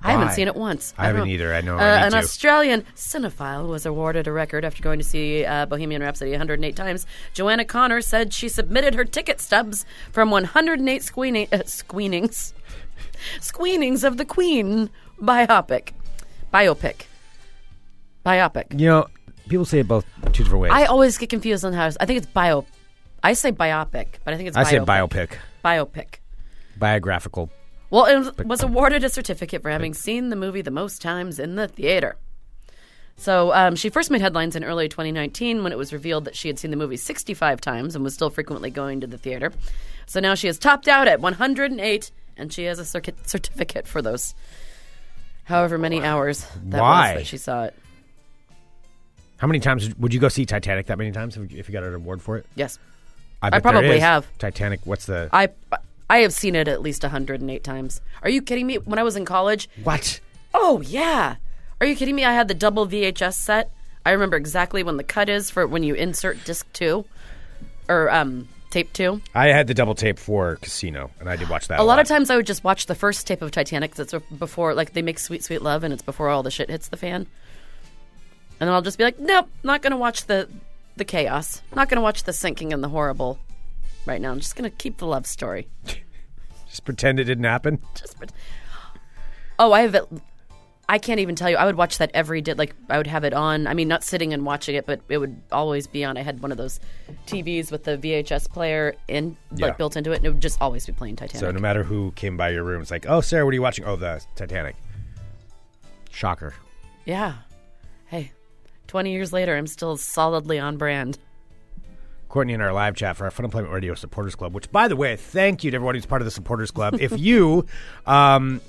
Speaker 2: I haven't
Speaker 1: Why?
Speaker 2: seen it once.
Speaker 1: I haven't
Speaker 2: don't-
Speaker 1: either. I know
Speaker 2: Uh,
Speaker 1: I need
Speaker 2: an
Speaker 1: to.
Speaker 2: Australian cinephile was awarded a record after going to see uh, Bohemian Rhapsody 108 times. Joanna Connor said she submitted her ticket stubs from 108 squeening, uh, squeenings, squeenings of the Queen biopic, biopic, biopic.
Speaker 1: You know, people say it both two different ways.
Speaker 2: I always get confused on how I think it's bio. I say biopic, but I think it's
Speaker 1: I
Speaker 2: biopic.
Speaker 1: say biopic,
Speaker 2: Biopic.
Speaker 1: biographical.
Speaker 2: Well, it was- was awarded a certificate for having seen the movie the most times in the theater. So um, she first made headlines in early 2019 when it was revealed that she had seen the movie 65 times and was still frequently going to the theater. So now she has topped out at 108, and she has a circuit certificate for those however many hours that
Speaker 1: Why?
Speaker 2: was that she saw it.
Speaker 1: How many times would you go see Titanic? That many times if you if you got an award for it?
Speaker 2: Yes,
Speaker 1: bet there
Speaker 2: probably
Speaker 1: is.
Speaker 2: have.
Speaker 1: Titanic. What's the
Speaker 2: I I have seen it at least 108 times. Are you kidding me? When I was in college,
Speaker 1: what?
Speaker 2: Oh yeah. Are you kidding me? I had the double VHS set. I remember exactly when the cut is for when you insert disc two or um tape two.
Speaker 1: I had the double tape for Casino, and I did watch that.
Speaker 2: A lot of times I would just watch the first tape of Titanic that's before like they make Sweet Sweet Love and it's before all the shit hits the fan. And I'll just be like, Nope, not gonna watch the the chaos. Not gonna watch the sinking and the horrible right now. I'm just gonna keep the love story.
Speaker 1: Just pretend it didn't happen.
Speaker 2: just pret- oh i have it i can't even tell you i would watch that every day like i would have it on i mean not sitting and watching it but it would always be on i had one of those tvs with the vhs player in
Speaker 1: Yeah.
Speaker 2: like built into it and it would just always be playing titanic
Speaker 1: So no matter who came by your room, it's like, oh, Sarah, what are you watching? Oh, the Titanic. Shocker.
Speaker 2: yeah hey 20 years later i'm still solidly on brand
Speaker 1: Courtney in our live chat for our Fun Employment Radio Supporters Club, which, by the way, thank you to everyone who's part of the Supporters Club. if you um,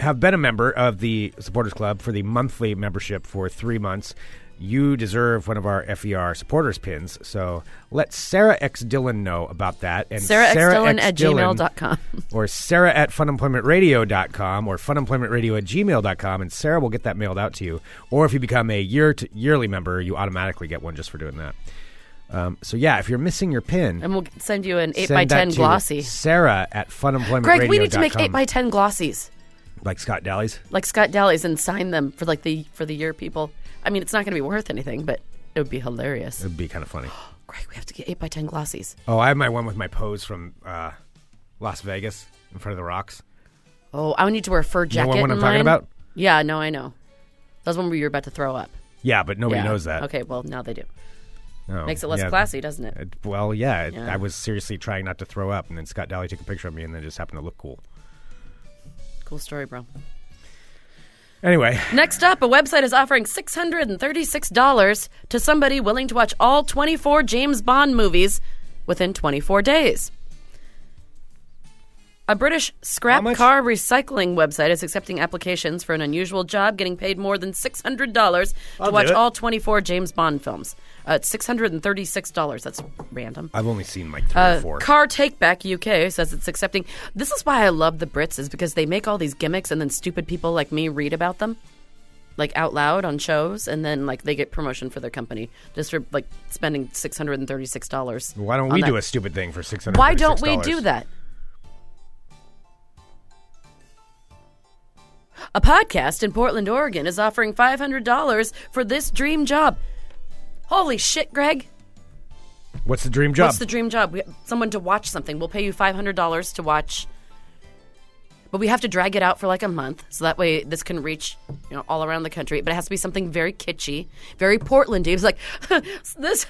Speaker 1: have been a member of the Supporters Club for the monthly membership for three months, you deserve one of our FER supporters pins. So let Sarah X Dillon know about that. And
Speaker 2: sarah, X Dillon at
Speaker 1: Dillon-
Speaker 2: gmail.com
Speaker 1: or sarah at funemploymentradio.com or funemploymentradio at gmail.com and sarah will get that mailed out to you or if you become a year to yearly member you automatically get one just for doing that um, so yeah if you're missing your pin
Speaker 2: and we'll send you an 8
Speaker 1: send
Speaker 2: by
Speaker 1: that
Speaker 2: 10
Speaker 1: to
Speaker 2: glossy
Speaker 1: sarah at funemploymentradio.com
Speaker 2: greg we need to make 8 by 10 glossies
Speaker 1: like scott daly's
Speaker 2: like Scott Daly's and sign them for like the for the year people. I mean, it's not going to be worth anything, but it would be hilarious.
Speaker 1: it'd be kind of funny
Speaker 2: Greg, we have to get eight by ten glossies.
Speaker 1: oh i have my one with my pose from uh, las vegas in front of the rocks
Speaker 2: Oh, I would need to wear a fur
Speaker 1: know
Speaker 2: jacket.
Speaker 1: what one
Speaker 2: in
Speaker 1: I'm talking
Speaker 2: mine.
Speaker 1: about?
Speaker 2: Yeah, no, I know. That was one where you were about to throw up.
Speaker 1: yeah but nobody
Speaker 2: yeah.
Speaker 1: knows that
Speaker 2: Okay, well now they do.
Speaker 1: Oh,
Speaker 2: Makes it less
Speaker 1: yeah.
Speaker 2: classy, doesn't it?
Speaker 1: It- Well, yeah, it-
Speaker 2: Yeah.
Speaker 1: I was seriously trying not to throw up, and then Scott Daly took a picture of me, and then it just happened to look cool.
Speaker 2: Cool story, bro.
Speaker 1: Anyway,
Speaker 2: Next up, a website is offering six hundred and thirty-six dollars to somebody willing to watch all twenty-four James Bond movies within twenty-four days. A British scrap
Speaker 1: much?
Speaker 2: car recycling website is accepting applications for an unusual job, getting paid more than six hundred dollars to
Speaker 1: do
Speaker 2: watch
Speaker 1: it.
Speaker 2: all twenty-four James Bond films. Uh, six hundred and thirty-six dollars. That's random.
Speaker 1: I've only seen like three or four.
Speaker 2: Uh, Car Take Back UK says it's accepting. This is why I love the Brits is because they make all these gimmicks and then stupid people like me read about them, like out loud on shows, and then like they get promotion for their company just for like spending six hundred and thirty six dollars.
Speaker 1: Why don't we do a stupid thing for six hundred?
Speaker 2: Why don't we do that? A podcast in Portland, Oregon is offering $500 for this dream job. Holy shit, Greg.
Speaker 1: What's the dream job?
Speaker 2: What's the dream job? We, someone to watch something. We'll pay you five hundred dollars to watch, but we have to drag it out for like a month, so that way this can reach you know all around the country. But it has to be something very kitschy, very Portland. It's like this.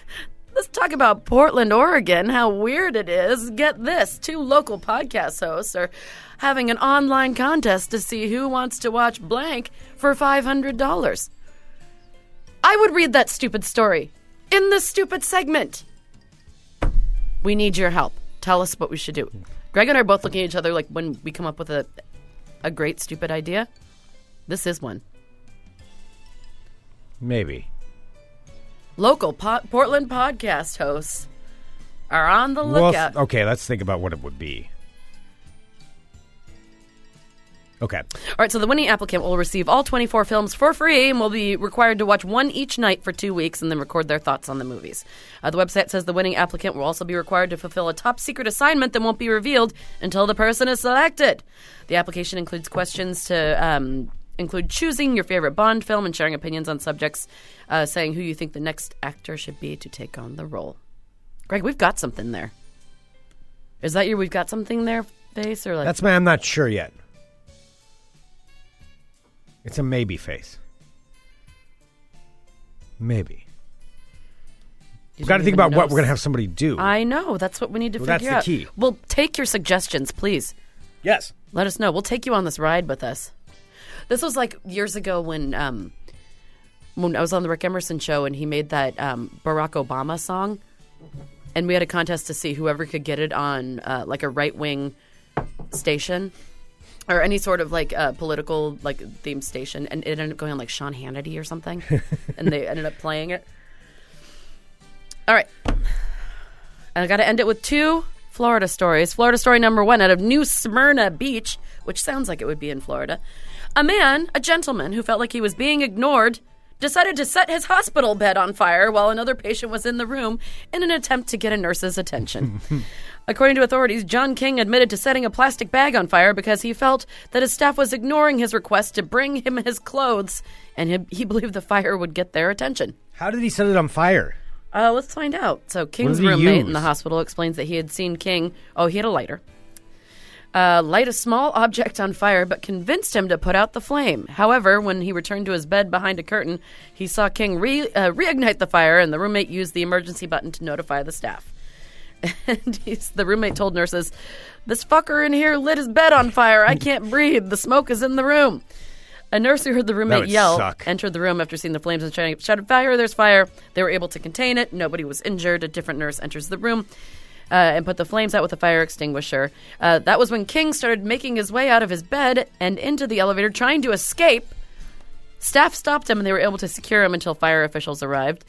Speaker 2: Let's talk about Portland, Oregon. How weird it is. Get this: two local podcast hosts are having an online contest to see who wants to watch blank for five hundred dollars. I would read that stupid story in this stupid segment. We need your help. Tell us what we should do. Greg and I are both looking at each other like when we come up with a a great stupid idea. This is one.
Speaker 1: Maybe.
Speaker 2: Local po- Portland podcast hosts are on the
Speaker 1: Well,
Speaker 2: lookout.
Speaker 1: okay, let's think about what it would be. Okay.
Speaker 2: All right, so the winning applicant will receive all 24 films for free and will be required to watch one each night for two weeks and then record their thoughts on the movies. Uh, the website says the winning applicant will also be required to fulfill a top secret assignment that won't be revealed until the person is selected. The application includes questions to um, include choosing your favorite Bond film and sharing opinions on subjects, uh, saying who you think the next actor should be to take on the role. Greg, we've got something there. Is that your we've got something there face or like
Speaker 1: That's my I'm not sure yet. It's a maybe face. Maybe. We've got to think about what we're going to have somebody do.
Speaker 2: I know. That's what we need to
Speaker 1: Well, that's
Speaker 2: figure
Speaker 1: the
Speaker 2: out.
Speaker 1: key.
Speaker 2: We'll take your suggestions, please.
Speaker 1: yes.
Speaker 2: Let us know. We'll take you on this ride with us. This was like years ago when um, when I was on the Rick Emerson show and he made that um, Barack Obama song, and we had a contest to see whoever could get it on uh, like a right wing station or any sort of like uh, political like themed station, and it ended up going on like Sean Hannity or something, and they ended up playing it. All right. And I got to end it with two Florida stories. Florida story number one out of New Smyrna Beach, which sounds like it would be in Florida. A man, a gentleman who felt like he was being ignored, decided to set his hospital bed on fire while another patient was in the room in an attempt to get a nurse's attention. According to authorities, John King admitted to setting a plastic bag on fire because he felt that his staff was ignoring his request to bring him his clothes, and he, he believed the fire would get their attention.
Speaker 1: How did he set it on fire?
Speaker 2: Uh, let's find out. So King's
Speaker 1: did he
Speaker 2: roommate
Speaker 1: use?
Speaker 2: in the hospital explains that he had seen King. Oh, he had a lighter. Uh, light a small object on fire, but convinced him to put out the flame. However, when he returned to his bed behind a curtain, he saw King re- uh, reignite the fire, and the roommate used the emergency button to notify the staff. And he's, the roommate told nurses, This fucker in here lit his bed on fire. I can't breathe. The smoke is in the room. A nurse who heard the roommate
Speaker 1: would
Speaker 2: yell
Speaker 1: suck.
Speaker 2: entered the room after seeing the flames and shouting, shouted, Fire, there's fire. They were able to contain it. Nobody was injured. A different nurse enters the room. Uh, and put the flames out with a fire extinguisher. Uh, that was when King started making his way out of his bed and into the elevator, trying to escape. Staff stopped him, and they were able to secure him until fire officials arrived.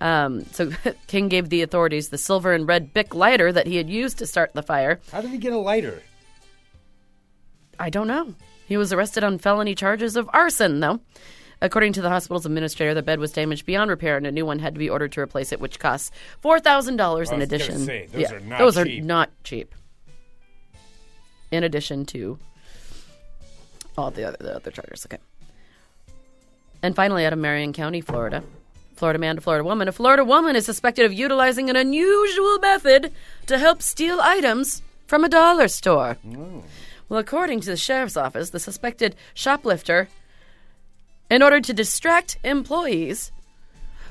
Speaker 2: Um, so King gave the authorities the silver and red Bic lighter that he had used to start the fire.
Speaker 1: How did he get a lighter?
Speaker 2: I don't know. He was arrested on felony charges of arson, though. According to the hospital's administrator, the bed was damaged beyond repair, and a new one had to be ordered to replace it, which costs four thousand dollars in
Speaker 1: was gonna
Speaker 2: addition.
Speaker 1: say, those are not
Speaker 2: those
Speaker 1: cheap.
Speaker 2: are not cheap. In addition to all the other, the other charges. Okay. And finally, out of Marion County, Florida. Florida man to Florida woman. A Florida woman is suspected of utilizing an unusual method to help steal items from a dollar store. Well, according to the sheriff's office, the suspected shoplifter, in order to distract employees,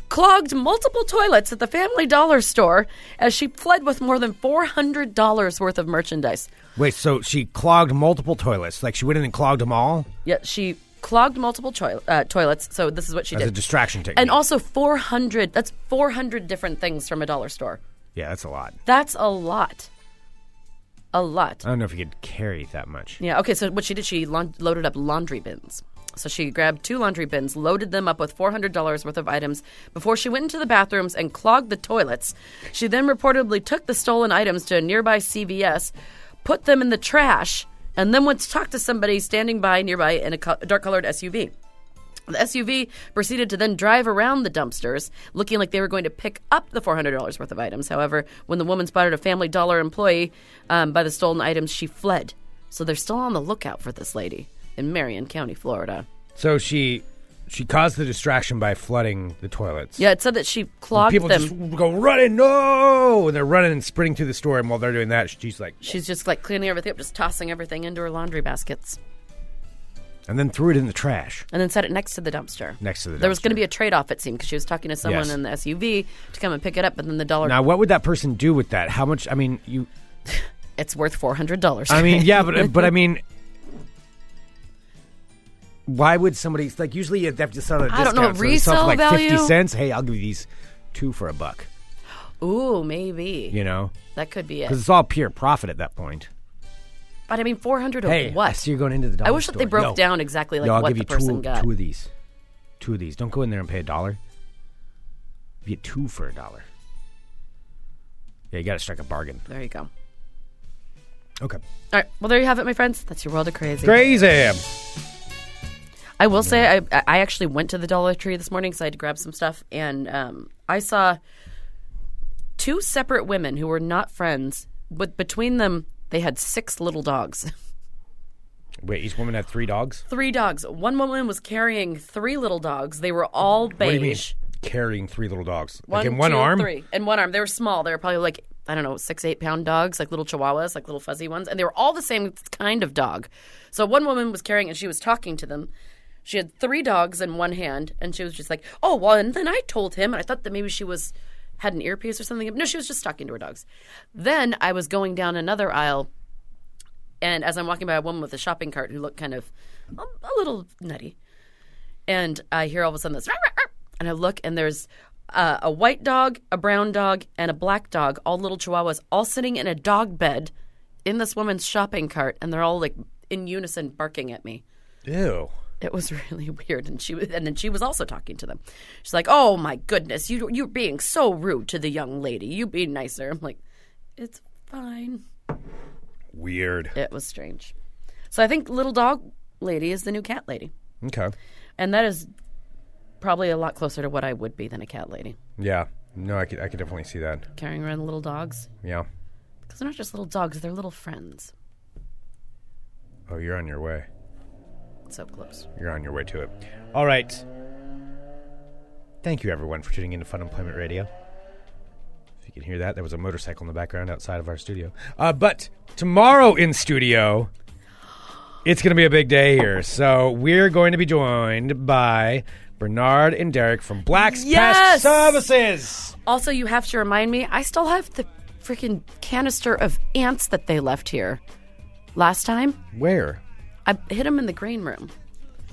Speaker 2: clogged multiple toilets at the family dollar store as she fled with more than $400 worth of merchandise.
Speaker 1: Wait, so she clogged multiple toilets. Like she went in and clogged them all
Speaker 2: Yet she clogged multiple choi- uh, toilets, so this is what she
Speaker 1: as a
Speaker 2: did.
Speaker 1: distraction technique.
Speaker 2: and also 400 that's 400 different things from a dollar store.
Speaker 1: yeah, that's a lot.
Speaker 2: That's a lot. A lot.
Speaker 1: I don't know if you could carry that much.
Speaker 2: Yeah. Okay. So what she did, she laun- loaded up laundry bins. So she grabbed two laundry bins, loaded them up with four hundred dollars worth of items before she went into the bathrooms and clogged the toilets. She then reportedly took the stolen items to a nearby CVS, put them in the trash, and then went to talk to somebody standing by nearby in a co- dark-colored SUV. The SUV proceeded to then drive around the dumpsters, looking like they were going to pick up the $400 worth of items. However, when the woman spotted a Family Dollar employee um, by the stolen items, she fled. So they're still on the lookout for this lady in Marion County, Florida.
Speaker 1: So she she caused the distraction by flooding the toilets.
Speaker 2: Yeah, it said that she clogged
Speaker 1: People
Speaker 2: them.
Speaker 1: just go running, no! And they're running and sprinting through the store. And while they're doing that, she's like,
Speaker 2: She's just like cleaning everything up, just tossing everything into her laundry baskets,
Speaker 1: and then threw it in the trash
Speaker 2: and then set it next to the dumpster.
Speaker 1: next to the.
Speaker 2: There was
Speaker 1: dumpster.
Speaker 2: going to be a trade off, it seemed, because she was talking to someone
Speaker 1: Yes.
Speaker 2: in the SUV to come and pick it up, and then the dollar.
Speaker 1: Now, what would that person do with that? How much? I mean, you.
Speaker 2: It's worth $400.
Speaker 1: I mean, yeah, but but I mean, why would somebody like? Usually, you have to sell a discount.
Speaker 2: I don't know,
Speaker 1: so they sell it for
Speaker 2: resale
Speaker 1: like fifty
Speaker 2: value?
Speaker 1: cents. Hey, I'll give you these two for a buck.
Speaker 2: Ooh, maybe.
Speaker 1: You know,
Speaker 2: That could be it.
Speaker 1: because it's all pure profit at that point.
Speaker 2: But I mean, four hundred of
Speaker 1: Hey, I
Speaker 2: what?
Speaker 1: see you're going into the. Dollar
Speaker 2: I wish that they
Speaker 1: store.
Speaker 2: broke
Speaker 1: No.
Speaker 2: down exactly like
Speaker 1: no, I'll
Speaker 2: what
Speaker 1: give
Speaker 2: the
Speaker 1: you
Speaker 2: person
Speaker 1: two,
Speaker 2: got.
Speaker 1: two of these, two of these. Don't go in there and pay a dollar. You get two for a dollar. Yeah, you got to strike a bargain.
Speaker 2: there you go.
Speaker 1: Okay.
Speaker 2: All right. Well, there you have it, my friends. That's your world of crazy.
Speaker 1: Crazy.
Speaker 2: I will say I I actually went to the Dollar Tree this morning because I had to grab some stuff, and um, I saw two separate women who were not friends, but between them they had six little dogs.
Speaker 1: Wait, each woman had three dogs?
Speaker 2: three dogs. One woman was carrying three little dogs. They were all beige.
Speaker 1: What do you mean? Carrying three little dogs.
Speaker 2: One,
Speaker 1: like in one
Speaker 2: two,
Speaker 1: arm?
Speaker 2: three, and one arm. They were small. They were probably like I don't know, six, eight pound dogs, like little chihuahuas, like little fuzzy ones, and they were all the same kind of dog. So one woman was carrying, and she was talking to them. She had three dogs in one hand, and she was just like, "Oh well." And then I told him, and I thought that maybe she was had an earpiece or something. No, she was just talking to her dogs. Then I was going down another aisle, and as I'm walking by a woman with a shopping cart who looked kind of a, a little nutty, and I hear all of a sudden this, "Rah, rah, rah," and I look, and there's uh, a white dog, a brown dog, and a black dog, all little chihuahuas, all sitting in a dog bed in this woman's shopping cart, and they're all like in unison barking at me.
Speaker 1: Ew.
Speaker 2: It was really weird, and she was, and then she was also talking to them. She's like, "Oh my goodness, you you're being so rude to the young lady. You be nicer." I'm like, "It's fine."
Speaker 1: Weird.
Speaker 2: It was strange. So I think little dog lady is the new cat lady.
Speaker 1: Okay.
Speaker 2: And that is probably a lot closer to what I would be than a cat lady.
Speaker 1: Yeah. No, I could, I could definitely see that.
Speaker 2: Carrying around little dogs.
Speaker 1: Yeah.
Speaker 2: Because they're not just little dogs, they're little friends.
Speaker 1: Oh, you're on your way.
Speaker 2: So close.
Speaker 1: You're on your way to it. All right. Thank you, everyone, for tuning in to Fun Employment Radio. If you can hear that, there was a motorcycle in the background outside of our studio. Uh, but tomorrow in studio, it's going to be a big day here. So we're going to be joined by Bernard and Derek from Black's
Speaker 2: Yes!
Speaker 1: Pest Services.
Speaker 2: Also, you have to remind me, I still have the freaking canister of ants that they left here last time.
Speaker 1: Where?
Speaker 2: I hid them in the green room.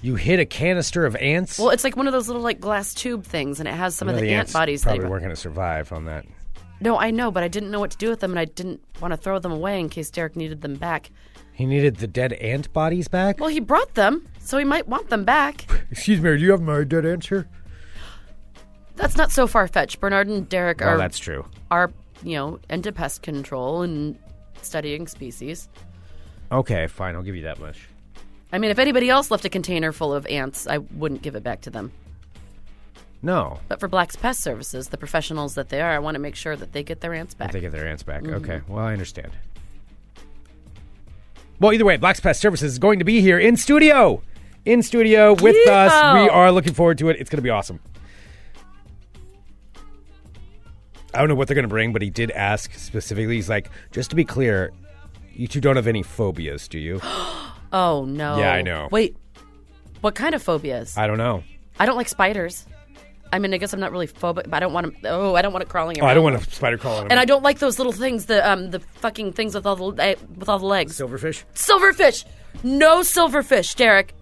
Speaker 1: You hit a canister of ants?
Speaker 2: Well, it's like one of those little like glass tube things, and it has some
Speaker 1: No,
Speaker 2: of the, ant
Speaker 1: ants
Speaker 2: bodies.
Speaker 1: probably
Speaker 2: that
Speaker 1: weren't going to survive on that.
Speaker 2: No, I know, but I didn't know what to do with them, and I didn't want to throw them away in case Derek needed them back.
Speaker 1: He needed the dead ant bodies back?
Speaker 2: Well, he brought them, so he might want them back.
Speaker 1: Excuse me, do you have my dead ants here?
Speaker 2: That's not so far fetched. Bernard and Derek
Speaker 1: Oh,
Speaker 2: are
Speaker 1: that's true.
Speaker 2: are you know into pest control and studying species.
Speaker 1: Okay, fine. I'll give you that much.
Speaker 2: I mean, if anybody else left a container full of ants, I wouldn't give it back to them.
Speaker 1: No,
Speaker 2: But for Black's Pest Services, the professionals that they are, I want to make sure that they get their ants back.
Speaker 1: they get their ants back.
Speaker 2: Mm-hmm.
Speaker 1: Okay, well, I understand. Well, either way, Black's Pest Services is going to be here in studio. In studio with us.
Speaker 2: Yeehaw!
Speaker 1: We are looking forward to it. It's going to be awesome. I don't know what they're going to bring, but he did ask specifically. He's like, just to be clear, you two don't have any phobias, do you?
Speaker 2: Oh no!
Speaker 1: Yeah, I know.
Speaker 2: Wait, what kind of phobias? I,
Speaker 1: I don't know.
Speaker 2: don't like spiders. I mean, I guess I'm not really phobic, but I don't want them. Oh, I don't want it crawling
Speaker 1: Oh,
Speaker 2: around.
Speaker 1: I don't want a spider crawl on him.
Speaker 2: and I don't like those little things, the um, the fucking things with all the le- with all the legs.
Speaker 1: Silverfish?
Speaker 2: Silverfish. No silverfish, Derek.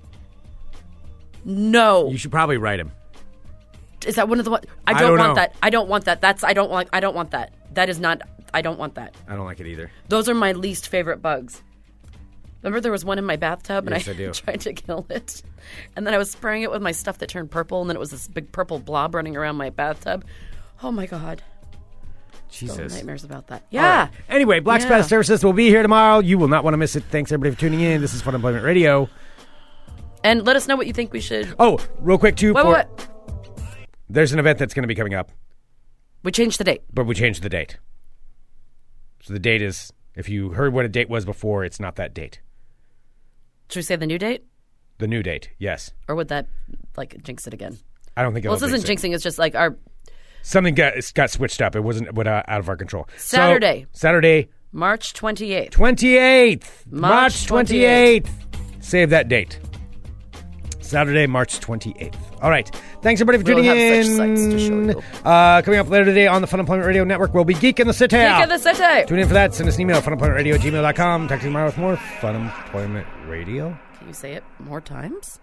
Speaker 2: No.
Speaker 1: You should probably write him.
Speaker 2: Is that one of the one? I don't,
Speaker 1: don't
Speaker 2: want
Speaker 1: know.
Speaker 2: that. I don't want that. That's I don't want I don't want that. That is not I don't want that.
Speaker 1: I don't like it either.
Speaker 2: Those are my least favorite bugs. Remember there was one in my bathtub
Speaker 1: Yes, I
Speaker 2: and I,
Speaker 1: do.
Speaker 2: tried to kill it. And then I was spraying it with my stuff that turned purple and then it was this big purple blob running around my bathtub. Oh my god. Still
Speaker 1: Jesus.
Speaker 2: nightmares about that. Yeah.
Speaker 1: Anyway, Black
Speaker 2: Ah. Yeah.
Speaker 1: Spot Services will be here tomorrow. You will not want to miss it. Thanks everybody for tuning in. This is Fun Employment Radio.
Speaker 2: And let us know what you think we should
Speaker 1: Oh, real quick too.
Speaker 2: Wait,
Speaker 1: for-
Speaker 2: wait, wait.
Speaker 1: There's an event that's going to be coming up,
Speaker 2: We changed the date.
Speaker 1: but we changed the date. So the date is if you heard what a date was before, it's not that date.
Speaker 2: Should we say the new date?
Speaker 1: The new date, yes.
Speaker 2: Or would that like jinx it again?
Speaker 1: I don't think it'll
Speaker 2: Well, this isn't
Speaker 1: jinx it.
Speaker 2: jinxing. It's just like our
Speaker 1: Something got it's got switched up. It wasn't what, uh, out of our control. So,
Speaker 2: Saturday.
Speaker 1: Saturday,
Speaker 2: March 28th.
Speaker 1: twenty eighth,
Speaker 2: March
Speaker 1: March twenty eighth. Save that date. Saturday, March 28th. All right. Thanks, everybody, for
Speaker 2: We'll
Speaker 1: tuning
Speaker 2: have
Speaker 1: in.
Speaker 2: such sights to show you.
Speaker 1: Uh, coming up later today on the Fun Employment Radio Network, we'll be Geek in the City.
Speaker 2: Geek of the City.
Speaker 1: Tune in for that. Send us an email, funemploymentradio at gmail.com. Talk to you tomorrow with more Fun Employment Radio.
Speaker 2: Can you say it more times?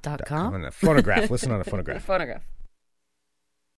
Speaker 2: Dot com.
Speaker 1: On the phonograph. Listen on a phonograph.
Speaker 2: Phonograph.